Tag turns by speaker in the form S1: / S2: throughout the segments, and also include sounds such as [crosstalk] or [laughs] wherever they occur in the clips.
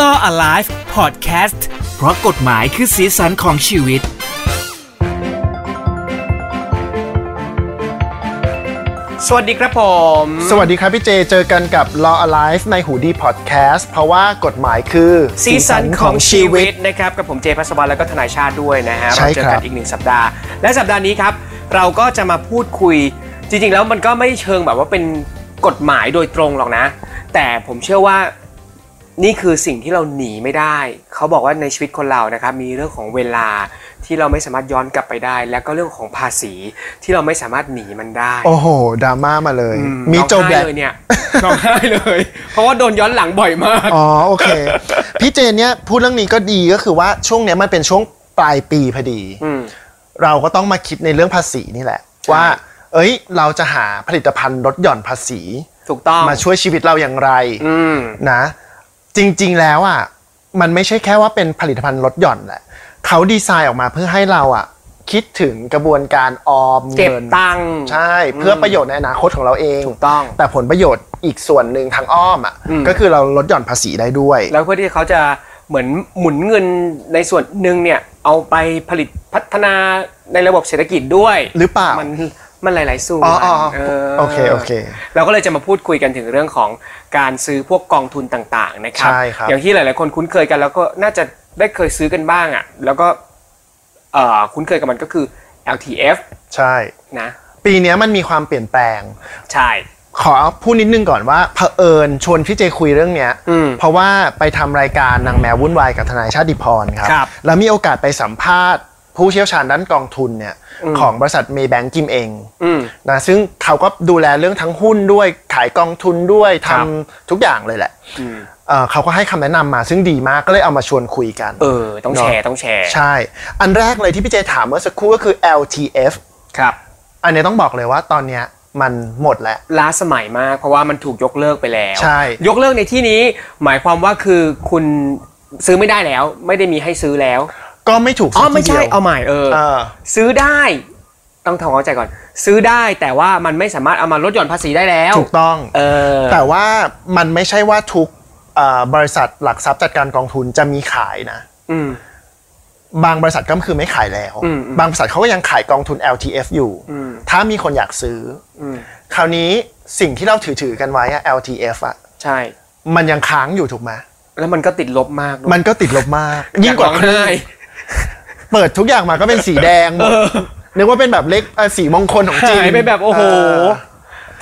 S1: Law Alive Podcast เพราะกฎหมายคือสีสันของชีวิต
S2: สวัสดีครับผม
S3: สวัสดีครับพี่เจ เจอกันกับ Law Alive ในหูดีพอดแคสต์เพราะว่ากฎหมายคือ
S2: ซีซันของชีวิตนะครับ กับผมเจพัสวรรณแล้วก็ทนายชาติด้วยนะฮะ
S3: ใช่
S2: เราเจอ
S3: ครั
S2: กับ นอีกหนึ่งสัปดาห์ และสัปดาห์นี้ครับ เราก็จะมาพูดคุย จริง ๆ แล้วมันก็ไม่เชิงแบบว่าเป็นกฎหมายโดยตรงหรอกนะ แต่ผมเชื่อว่านี่คือสิ่งที่เราหนีไม่ได้ เขาบอกว่าในชีวิตคนเรานะครับมีเรื่องของเวลาที่เราไม่สามารถย้อนกลับไปได้ แล้วก็เรื่องของภาษีที่เราไม่สามารถหนีมันได้
S3: โอ้โหดราม่ามาเลย
S2: อื
S3: มี
S2: ร้อง
S3: โจแบ
S2: ไห้
S3: ล็ค
S2: เลย [laughs] เนี่ยร้องไห้เลย เพราะว่าโดนย้อนหลังบ่อยมาก
S3: อ๋อโอเค [laughs] พี่เจเนี่ยพูดเรื่องนี้ก็ดีก็คือว่าช่วงเนี้ยมันเป็นช่วงปลายปีพอดี
S2: อืม
S3: เราก็ต้องมาคิดในเรื่องภาษีนี่แหละ ว่า เอ้ย เราจะหาผลิตภัณฑ์ลดหย่อนภาษี
S2: ถูกต้อง
S3: มาช่วยชีวิตเราอย่างไร
S2: อืม
S3: นะ จริงๆแล้วอ่ะมันไม่ใช่แค่ว่าเป็นผลิตภัณฑ์ลดหย่อนแหละเขาดีไซน์ออกมาเพื่อให้เราอ่ะ คิดถึงกระบวนการออม
S2: เก็บ
S3: เงิน
S2: ตังค์
S3: ใช่ เพื่อประโยชน์ในอนาคตของเราเอง
S2: ถูกต้อง
S3: แต่ผลประโยชน์อีกส่วนหนึ่งทางอ้อมอ่ะ
S2: อืม
S3: ก็คือเราลดหย่อนภาษีได้ด้วย
S2: แล้วเพื่อที่เขาจะเหมือนหมุนเงินในส่วนหนึ่งเนี่ย เอาไปผลิตพัฒนาในระบบเศรษฐกิจด้วย
S3: หรือเปล่า
S2: มันมันหลาย ๆ ส่วน
S3: อ๋ออ๋อ
S2: เออ
S3: โอเคโอเค
S2: เราก็เลยจะมาพูดคุยกันถึงเรื่องของการซื้อพวกกองทุนต่าง ๆ นะครับ
S3: ใช่ครับ
S2: อย่างที่หลาย ๆ คนคุ้นเคยกัน แล้วก็น่าจะได้เคยซื้อกันบ้างอ่ะ แล้วก็เอ่อคุ้นเคยกับมันก็คือ LTF
S3: ใช่
S2: นะ
S3: ปีเนี้ยมันมีความเปลี่ยนแปลง
S2: ใช่
S3: ขอพูดนิดนึงก่อนว่าเผอิญชวนพี่เจคุยเรื่องเนี้ย
S2: อืม
S3: เพราะว่าไปทำรายการนางแมววุ่นวายกับทนายชาติพรครับ
S2: ครับ
S3: แล้วมีโอกาสไปสัมภาษณ์ ผู้เชี่ยวชาญด้านกองทุนเนี่ย
S2: อืม
S3: ของบริษัทเมย์แบงกิมเอง
S2: อืม
S3: นะซึ่งเขาก็ดูแลเรื่องทั้งหุ้นด้วยขายกองทุนด้วย
S2: ครั
S3: ท
S2: บ
S3: ำทุกอย่างเลยแหละ
S2: อืม
S3: เอ่อเขาก็ให้คำแนะนำมาซึ่งดีมากก็เลยเอามาชวนคุยกัน
S2: เออ ต้องแชร์
S3: เนอะ
S2: ต้องแชร์
S3: ใช่ อันแรกเลยที่พี่เจถามเมื่อสักครู่ก็คือ LTF
S2: ครับ
S3: อันเนี้ยต้องบอกเลยว่าตอนเนี้ยมันหมดแล้ว
S2: ล้าสมัยมาก เพราะว่ามันถูกยกเลิกไปแล้ว
S3: ใช่
S2: ยกเลิกในที่นี้หมายความว่าคือคุณซื้อไม่ได้แล้ว ไม่ได้มีให้ซื้อแล้ว
S3: ก็ไม่ถูก
S2: อ๋อ
S3: สักที
S2: ไม่ใช่
S3: เดียว
S2: เอาใหม่เออ
S3: เออ
S2: ซื้อได้ ต้องทำความเข้าใจก่อน ซื้อได้แต่ว่ามันไม่สามารถเอามาลดหย่อนภาษีได้แล้ว
S3: ถูกต้อง
S2: เออ
S3: แต่ว่ามันไม่ใช่ว่าทุกเอ่อบริษัทหลักทรัพย์จัดการกองทุนจะมีขายนะ
S2: อืม
S3: บางบริษัทก็คือไม่ขายแล้ว
S2: อืมอืม
S3: บางบริษัทเขาก็ยังขายกองทุน LTF อยู่
S2: อืม
S3: ถ้ามีคนอยากซื้อ
S2: อืม
S3: คราวนี้สิ่งที่เราถือถือๆกันไว้อะ LTF อะ
S2: ใช่
S3: มันยังค้างอยู่ถูกไหม
S2: แล้วมันก็ติดลบมากด้วย
S3: มันก็ติดลบมาก ยิ่งกว่า
S2: อ
S3: เค
S2: ร้อ
S3: รื่อง
S2: ไห้
S3: เปิดทุกอย่างมาก็เป็นสีแดงหมดนึกว่าเป็นแบบเลขเอ่อสีมงคลของจีน
S2: หายไปแบบโอ้โห
S3: เอ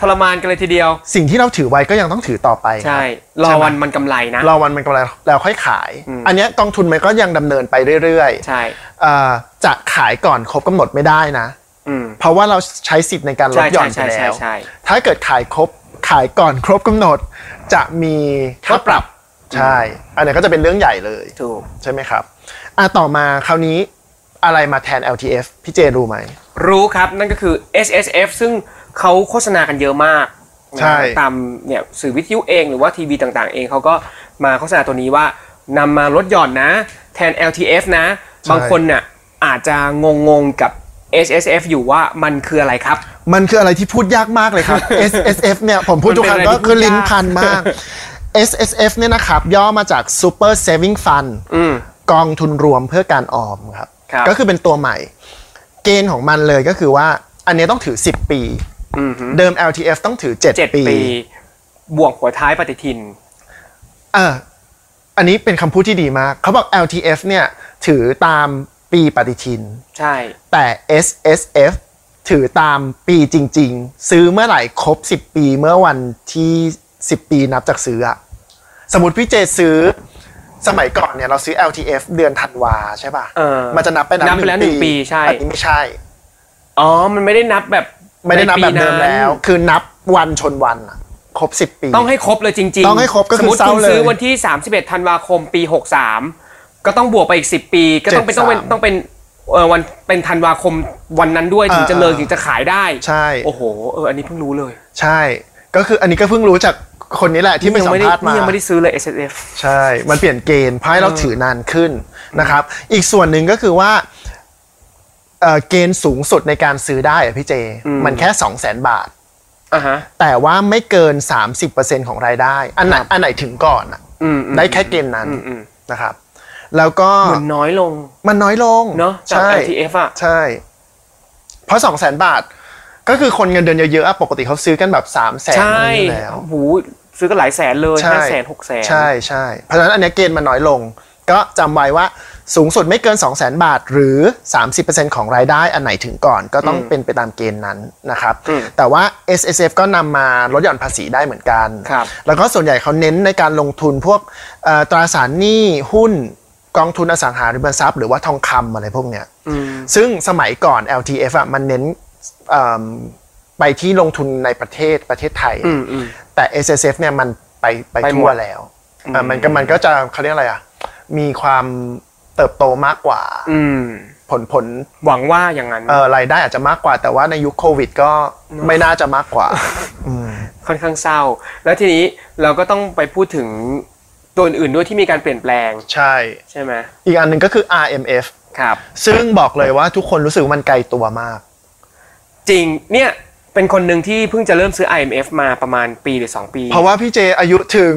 S2: ทรมานกันเลยทีเดียว
S3: สิ่งที่เราถือไว้ก็ยังต้องถือต่อไปครับ
S2: ใช่ รอวันมันกำไรนะ
S3: รอวันมันกำไรแล้วค่อยขาย
S2: อืม
S3: อันเนี้ยกองทุนมันก็ยังดำเนินไปเรื่อย
S2: ใช่
S3: ๆเอ่อจะขายก่อนครบกำหนดไม่ได้นะ
S2: อืม
S3: เพราะว่าเราใช้สิทธิ์ในการล
S2: ใช่
S3: ดหย่อ
S2: ใช่
S3: นไป
S2: ใช่
S3: แล้
S2: ใช่
S3: ว
S2: ใช่
S3: ถ้าเกิดขายครบขายก่อนครบกำหนด จะมีค่าปรับใช่ อันเนี้ยก็จะเป็นเรื่องใหญ่เลย
S2: ถูก
S3: ใช่ไหมครับอ่ะต่อมาคราวนี้อะไรมาแทน LTF พี่เจรู้ไหม
S2: รู้ครับ นั่นก็คือ S S F ซึ่งเขาโฆษณากันเยอะมาก
S3: ใช่
S2: นะตามเนี่ยสื่อวิทยุเองหรือว่าทีวีต่างๆ เองเขาก็มาโฆษณาตัวนี้ว่านำมาลดหย่อนนะ แทน L T F นะ บางคนน่ะอาจจะงงงๆกับ S S F อยู่ว่ามันคืออะไรครับ
S3: มันคืออะไรที่พูดยากมากเลย
S2: [laughs]
S3: ครับ S S F เนี่ยผมพูดทุกครั้ง
S2: มันเป็นอะไร
S3: ก็
S2: ที่พูด
S3: คือลิ้น
S2: ยาก
S3: พันมาก S S F เนี่ยนะครับ ย่อมาจาก Super Saving Fund
S2: อืม
S3: กองทุนรวมเพื่อการออมครับ
S2: ครับ
S3: ก็คือเป็นตัวใหม่ เกณฑ์ของมันเลยก็คือว่า อันนี้ต้องถือ 10 ปี
S2: อืมฮึ
S3: เดิม LTF ต้องถือ
S2: เจ็ด
S3: 7 ปี
S2: ปี บวกหัวท้ายปฏิทิน
S3: เอออันนี้เป็นคำพูดที่ดีมาก เขาบอก LTF เนี่ยถือตามปีปฏิทิน
S2: ใช่
S3: แต่ SSF ถือตามปีจริง ๆ ซื้อเมื่อไหร่ครบ 10 ปีเมื่อวันที่ 10 ปีนับจากซื้ออะสมมติพี่เจซื้อ สมัยก่อนเนี่ยเราซื้อ LTF เดือนธันวาใช่ป่ะ
S2: เออ
S3: มันจะนับไปนับ
S2: นับไปแล้วหนึ่งปีใช่
S3: อันนี้ไม่ใช่
S2: อ๋อ มันไม่ได้นับแบบ
S3: ไม่ได้นับแบบเดิม
S2: ใปี
S3: แล้ว คือนับวันชนวันอะครบ 10 ปี
S2: ต้องให้ครบเลยจริงๆ
S3: ต้องให้ครบก็
S2: ส
S3: คือ
S2: มมติ
S3: เศร้า
S2: คุณซื้อ
S3: เลย
S2: วันที่ 31ธันวาคมปี 63 ก็ต้องบวกไปอีก 10 ปี ก็ต้องเป็น
S3: 73
S2: ต้องเป็นต้องเป็นเออวันเป็นธันวาคมวันนั้นด้วยถึงจะ
S3: อ่า
S2: เลิก
S3: อ่า
S2: ถึงจะขายได้
S3: ใช่
S2: โอ้โห เออ อันนี้เพิ่งรู้เลย
S3: ใช่ ก็คืออันนี้ก็เพิ่งรู้จากคนนี้แหละที่ไป
S2: ยั
S3: สัม
S2: ไม่ได้
S3: ภาษณ์
S2: นี่
S3: มา
S2: ยังไม่ได้ซื้อเลย S S F
S3: ใช่ มันเปลี่ยนเกณฑ์เพราะให้เรา
S2: เออ
S3: ถือนานขึ้นนะครับ อีกส่วนหนึ่งก็คือว่าเอ่อเกณฑ์สูงสุดในการซื้อได้อะพี่เจ มันแค่ 2 0 0 0 0 0 บาท
S2: อ่ะฮะ
S3: แต่ว่าไม่เกิน 30%ของรายได้ อันไหนอันไหนถึงก่อนอะ
S2: อืมอืม
S3: ได้แค่เกณฑ์นั้น
S2: อืมอืม
S3: นะครับ แล้วก็
S2: มันน้อยลง
S3: มันน้อยลง
S2: เนาะจาก
S3: ใช่
S2: LTF อ่ะ
S3: ใช่ เพราะสองแสนบาท ก็คือคนเงินเดือนเยอะๆอะปกติเขาซื้อกันแบบสามแสน
S2: ใช่
S3: อยู่แล้ว
S2: โอ้โหซื้อกันหลายแสนเลย
S3: ใช่
S2: ห้าแสนหกแสน
S3: ใช่ใช่ เพราะฉะนั้นอันเนี้ยเกณฑ์มันน้อยลง ก็จำไว้ว่าสูงสุดไม่เกิน 2 0 0 0 0 0 บาท หรือ 30%ของรายได้อันไหนถึงก่อน ก็ต้อง
S2: อืม
S3: เป็นไปตามเกณฑ์นั้นนะครับ
S2: อืม
S3: แต่ว่า S S F ก็นำมาลดหย่อนภาษีได้เหมือนกัน
S2: ครับ
S3: แล้วก็ส่วนใหญ่เขาเน้นในการลงทุนพวกเอ่อตราสารหนี้หุ้นกองทุนอสังหาริมทรัพย์หรือว่าทองคำอะไรพวกเนี้ย
S2: อืม
S3: ซึ่งสมัยก่อน LTF อ่ะมันเน้นเอิ่มไปที่ลงทุนในประเทศประเทศไทย
S2: อืมอืม
S3: แต่ S S F เนี่ยมันไปไป
S2: ไปหมด
S3: ทั่วแล้วอ่ะมันก็มันก็จะเขาเรียกอะไรอ่ะ มีความเติบโตมากกว่า
S2: อืม
S3: ผลผล
S2: หวังว่าอย่างนั้น
S3: เอ่อรายได้อาจจะมากกว่า แต่ว่าในยุคโควิดก็ไม่น่าจะมากกว่า
S2: ค่อนข้างเศร้า แล้วทีนี้เราก็ต้องไปพูดถึงตัวอื่นๆด้วยที่มีการเปลี่ยนแปลง
S3: ใช่
S2: ใช่ไหม
S3: อีกอันหนึ่งก็คือ RMF
S2: ครับ
S3: ซึ่งบอกเลยว่าทุกคนรู้สึกว่ามันไกลตัวมาก
S2: จริงเนี่ยเป็นคนหนึ่งที่เพิ่งจะเริ่มซื้อ IMF มาประมาณปีหรือ 2 ปี
S3: เพราะว่าพี่เจอายุถึง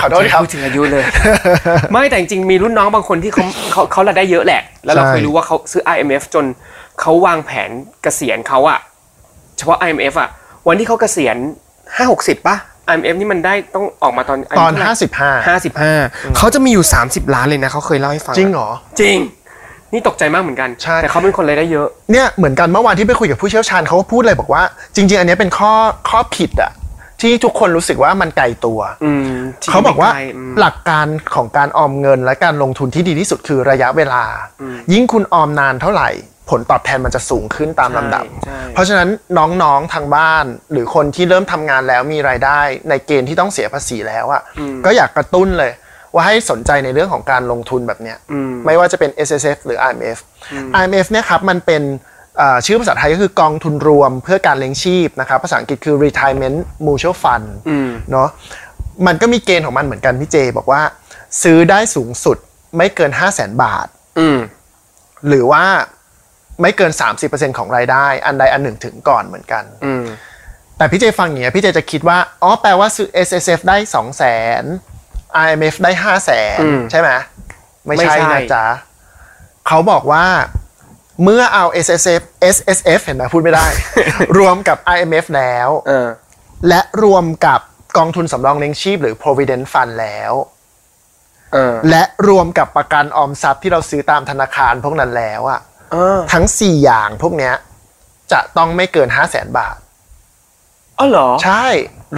S3: ขอโทษครับ
S2: พูดถึงอายุเลย [laughs] ไม่แต่จริงๆมีรุ่นน้องบางคนที่เขาเขาเขารายได้เยอะแหละ แล้วเรา
S3: ใช่
S2: เคยรู้ว่าเขาซื้อ IMF จนเขาวางแผนเกษียณเขาอะเฉพาะ IMF อะวันที่เขาเกษียณห้าหกสิบป่ะ IMF นี่มันได้ต้องออกมาตอน
S3: ตอน
S2: ายุเท่าไหร่
S3: 55
S2: ห้าสิบห้าเขาจะมีอยู่ 30 ล้านเลยนะเขาเคยเล่าให้ฟัง
S3: จริงเหรอ
S2: จริง นี่ตกใจมากเหมือนกัน
S3: ใช่
S2: แต่เขาเป็นคนรายได้เยอะ
S3: เนี่ยเหมือนกันเมื่อวานที่ไปคุยกับผู้เชี่ยวชาญเขาก็พูดเลยบอกว่า จริง ๆ อันเนี้ยเป็นข้อข้อผิดอะที่ทุกคนรู้สึกว่ามันไกลตัว
S2: อืมที่
S3: เขาบอกว่า
S2: ใล้ๆอืม
S3: หลักการของการออมเงินและการลงทุนที่ดีที่สุดคือระยะเวลา ยิ่งคุณออมนานเท่าไหร่ ผลตอบแทนมันจะสูงขึ้นตาม
S2: ใช่
S3: ลำดับ
S2: ใช่
S3: เพราะฉะนั้นน้องๆทางบ้าน หรือคนที่เริ่มทำงานแล้วมีรายได้ ในเกณฑ์ที่ต้องเสียภาษีแล้วอะก็อยากกระตุ้นเลย ว่าให้สนใจในเรื่องของการลงทุนแบบเนี้ยไม่ว่าจะเป็น S S F หรือ I M F I M F เนี่ยครับมันเป็นเอ่อชื่อภาษาไทยก็คือกองทุนรวมเพื่อการเลี้ยงชีพนะครับภาษาอังกฤษคือ retirement mutual fund เนาะ มันก็มีเกณฑ์ของมันเหมือนกันพี่เจ บอกว่า ซื้อได้สูงสุดไม่เกิน 5 0 0แสนบาท
S2: อืม
S3: หรือว่าไม่เกิน 30%ของรายได้ อันใดอันหนึ่งถึงก่อนเหมือนกัน
S2: อืม
S3: แต่พี่เจฟังอย่างเงี้ยพี่เจจะคิดว่า อ๋อแปลว่าซื้อ S S F ได้ 2 0 0 0 0 0 I M F ได้ 5 0 0 0 0 0 ใช่ไหมไม่ใช่นะจ๊ะเขาบอกว่าเมื่อเอา S S F S S F เห็นไหมพูดไม่ได้ รวมกับ I M F แล้ว
S2: เออ
S3: และรวมกับกองทุนสำรองเลี้ยงชีพหรือ provident fund แล้ว
S2: เออ
S3: และรวมกับประกันออมทรัพย์ที่เราซื้อตามธนาคารพวกนั้นแล้วอะ
S2: เออ
S3: ทั้ง 4 อย่างพวกเนี้ยจะต้องไม่เกิน 5 0 0แสนบาท
S2: อ๋อเหรอ
S3: ใช่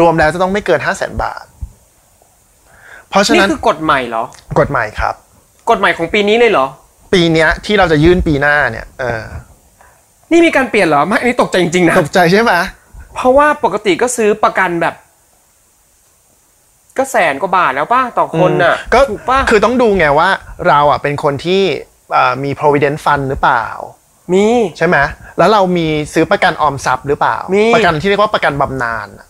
S3: รวมแล้วจะต้องไม่เกิน 5 0 0แสนบาท เพราะฉะ
S2: นี่
S3: นั้น
S2: คือกฎใหม่เหรอ
S3: กฎหมายครับ
S2: กฎใหม่ของปีนี้เลยเหรอ
S3: ปีเนี้ยที่เราจะยื่นปีหน้าเนี่ยเออ
S2: นี่มีการเปลี่ยนเหรอไม่อันนี่ตกใจจริงๆนะ
S3: ตกใจใช่ไหม
S2: เพราะว่าปกติก็ซื้อประกันแบบ ก็แสนกว่าบาทแล้วป่ะต่อคนน่ะ
S3: ก็
S2: ถูกป่ะ
S3: คือต้องดูไงว่าเราอ่ะเป็นคนที่เอ่อมี provident fund หรือเปล่า
S2: มี
S3: ใช่ไหมแล้วเรามีซื้อประกันออมทรัพย์หรือเปล่า
S2: มี
S3: ประกันที่เรียกว่าประกันบำนาญอะ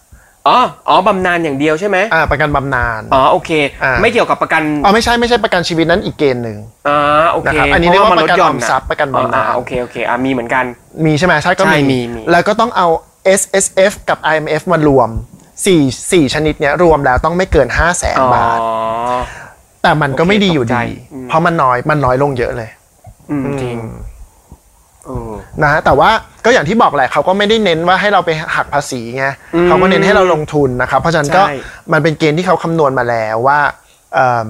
S2: อ๋ออ๋อบำนาญอย่างเดียวใช่ไหม
S3: อ่าประกันบำนาญ
S2: อ๋อโอเค
S3: อ่า
S2: ไม่เกี่ยวกับประกัน
S3: อ๋อไม่ใช่ไม่ใช่ประกันชีวิตนั้นอีกเกณฑ์หนึ่ง
S2: อ่าโอเค
S3: นะครับอันนี้เรียกว่าประกันออมทรัพย์ประกันบำนาญ
S2: อ่โอเคโอเคอ่ามีเหมือนกัน
S3: มีใช่ไหมใช่ก็
S2: ใช่มีมี
S3: แล้วก็ต้องเอา S S F กับ I M F มารวมสี่สี่ชนิดเนี้ยรวมแล้วต้องไม่เกิน 5 0 0แสน
S2: อ๋อ
S3: บาท แต่มันก็ไม่ดีอยู่
S2: ตกใจ
S3: ดี
S2: อืม
S3: เพราะมันน้อยมันน้อยลงเยอะเลย
S2: อืมจริงเออ
S3: นะฮะแต่ว่าก็อย่างที่บอกแหละเขาก็ไม่ได้เน้นว่าให้เราไปหักภาษีไงเขาก็เน้นให้เราลงทุนนะครับเพราะฉะนั้นก็
S2: ใช่
S3: มันเป็นเกณฑ์ที่เขาคำนวณมาแล้วว่าเอิ่ม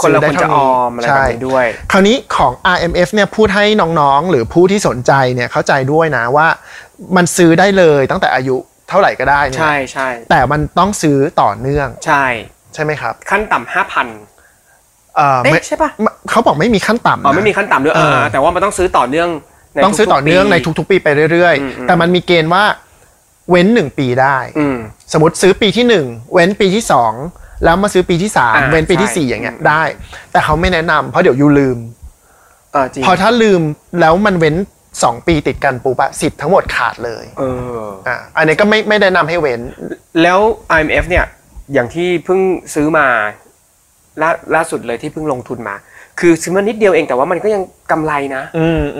S2: คนเราควร
S3: ซื้ได้
S2: จะอ
S3: เท่า
S2: อมอะไรแบบ
S3: ใช่
S2: นี้ด้วย
S3: คราวนี้ของ RMF เนี่ยพูดให้น้องๆ หรือผู้ที่สนใจเนี่ยเข้าใจด้วยนะว่ามันซื้อได้เลยตั้งแต่อายุเท่าไหร่ก็ได้เนี่ย
S2: ใช่ใช่
S3: แต่มันต้องซื้อต่อเนื่อง
S2: ใช่
S3: ใช่ไหมครับ
S2: ขั้นต่ำห้าพัน
S3: เอ่อ
S2: เอ๊ะ
S3: ไม่
S2: ใช่ป่ะ
S3: ไม่เขาบอกไม่มีขั้นต่ำ
S2: อ๋อไม่
S3: นะ
S2: มีขั้นต่ำด้วย
S3: เอ
S2: เอ
S3: อ
S2: อแต่ว่ามันต้องซื้อต่อเนื่องใน
S3: ต้องซื้อต่อเนื่องใน
S2: ทุก
S3: ทุกๆ ปีไปเรื่อย
S2: อืม
S3: ๆ แต่มันมีเกณฑ์ว่าเว้น 1 ปีได้
S2: ๆอืม
S3: สมมติซื้อปีทีหนึ่1 เว้นปีที่ 2 แล้วมาซื้อปีที่
S2: อ่า
S3: 3 เว้นปีที
S2: ใช่
S3: สี่ 4 อย่างเงี้ย
S2: อืม
S3: ได้ แต่เขาไม่แนะนำเพราะเดี๋ยวยูลืม
S2: เออจริง
S3: พอถ้าลืมแล้วมันเว้น 2 ปีติดกันปุ๊บอะสิทธิ์ทั้งหมดขาดเลย
S2: เออ
S3: อ่ะอันนี้ก็ไม่ไม่แนะนำให้เว้น
S2: แล้ว IMF เนี่ยอย่างที่เพิ่งซื้อมาล่าล่าสุดเลยที่เพิ่งลงทุนมา คือซื้อมานิดเดียวเองแต่ว่ามันก็ยังกำไรนะ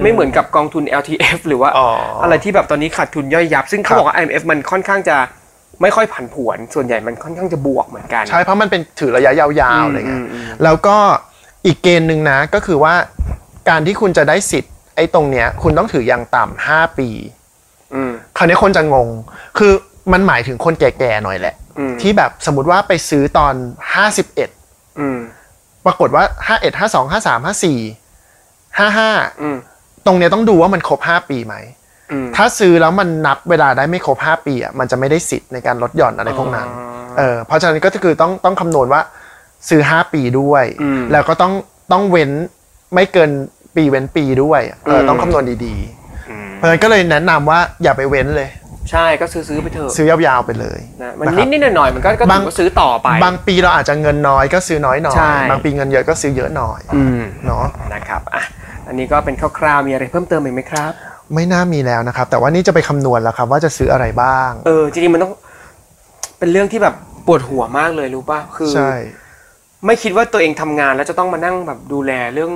S2: ไม่เหมือนกับกองทุน LTF หรือว่า
S3: อ๋ออ
S2: อะไรที่แบบตอนนี้ขาดทุนย่อยยับ ซึ่ง
S3: ครั
S2: เขา
S3: บ
S2: บอกว่า IMF มันค่อนข้างจะ ไม่ค่อยผันผวน ส่วนใหญ่มันค่อนข้างจะบวกเหมือนกัน
S3: ใช่เพราะมันเป็นถือระยะยาวๆอะไรเงี้
S2: อื
S3: ย
S2: มอืมอืม
S3: แล้วก็อีกเกณฑ์หนึ่งนะก็คือว่าการที่คุณจะได้สิทธิ์ไอ้ตรงเนี้ยคุณต้องถืออย่างต่ำห้าปี
S2: อืม
S3: คราวนี้คนจะงง คือมันหมายถึงคนแก่ๆหน่อยแหละ
S2: อืม
S3: ที่แบบสมมติว่าไปซื้อตอน 51
S2: อืม
S3: ปรากฏว่า 51 52
S2: อ
S3: 53 54
S2: ืม
S3: 55 ตรงเนี้ยต้องดูว่ามันครบ 5 ปีไหม
S2: อืม
S3: ถ้าซื้อแล้วมันนับเวลาได้ไม่ครบ 5 ปีอ่ะมันจะไม่ได้สิทธิ์ในการลดหย่อนอะไรพวกนั้น
S2: อ๋อ
S3: เออเพราะฉะนั้นก็คือต้องต้องคำนวณว่าซื้อ 5 ปีด้วย
S2: อืม
S3: แล้วก็ต้องต้องเว้นไม่เกินปีเว้นปีด้วยเออ
S2: ม
S3: อต้องคำนวณดีๆ เพราะฉะนั้นก็เลยแนะนำว่าอย่าไปเว้นเลย
S2: ใช่ก็ซื้อซื้อไปเถอะ
S3: ซื้อยาวๆไปเลย
S2: นะมัน
S3: นะครับ
S2: นิดนิดๆหน่อยหน่อยๆมันก็ก็ถื
S3: บาง
S2: อว่าซื้อต่อไป
S3: บางปีเราอาจจะเงินน้อยก็ซื้อน้อยหน่อย
S2: ใช่
S3: บางปีเงินเยอะก็ซื้อเยอะหน่อย
S2: อืม
S3: เนาะ
S2: นะครับอ่ะอันนี้ก็เป็นคร่าวๆมีอะไรเพิ่มเติมอีกไหมครับ
S3: ไม่น่ามีแล้วนะครับ แต่ว่านี่จะไปคำนวณแล้วครับว่าจะซื้ออะไรบ้าง
S2: เออจริงๆมันต้องเป็นเรื่องที่แบบปวดหัวมากเลยรู้ป่ะคือ
S3: ใช่
S2: ไม่คิดว่าตัวเองทำงานแล้วจะต้องมานั่งแบบดูแลเรื่อง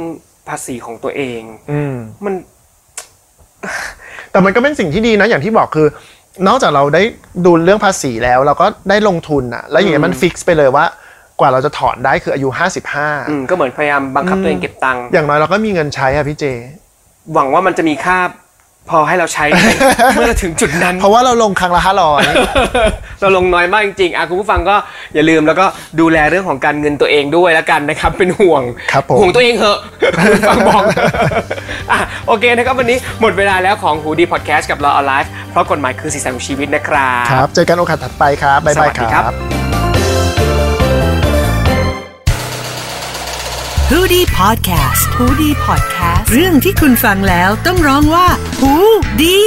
S2: ภาษีของตัวเอง
S3: อืม
S2: มัน
S3: แต่มันก็เป็นสิ่งที่ดีนะอย่างที่บอกคือ นอกจากเราได้ดูเรื่องภาษีแล้ว เราก็ได้ลงทุนอะแล้วอย่างเงี้ยมันฟิกซ์ไปเลยว่ากว่าเราจะถอนได้คืออายุ
S2: อืมก็เหมือนพยายามบังคับตัวเองเก็บตังค์
S3: 55 อย่างน้อยเราก็มีเงินใช้อะพี่เจ
S2: หวังว่ามันจะมีค่าพอให้เราใช้
S3: [laughs]
S2: เมื่อเราถึงจุดนั้น
S3: เพราะว่าเราลงครั้งละห้าร้อย
S2: เราลงน้อยมากจริงๆอ่ะคุณผู้ฟังก็อย่าลืมแล้วก็ดูแลเรื่องของการเงินตัวเองด้วยแล้วกันนะครับ เป็นห่วง
S3: ครับผม
S2: ห่วงตัวเอง
S3: [laughs]
S2: เหอะ คุณผู้ฟังบอกอ่ะโอเคนะครับวันนี้หมดเวลาแล้วของหูดีพอดแคสต์กับเราออนไลฟ์เพราะกฎหมายคือสีสันของชีวิตนะครับ
S3: ครับ เจอกันโอกาสถัดไปครับบ๊ายบาย
S2: สวัส
S3: ค
S2: ดี
S3: รั
S2: ครับ
S3: บ
S4: h o ดี้พอดแคสต์ฮูดี้พอดแคสต์เรื่องที่คุณฟังแล้วต้องร้องว่าฮูดี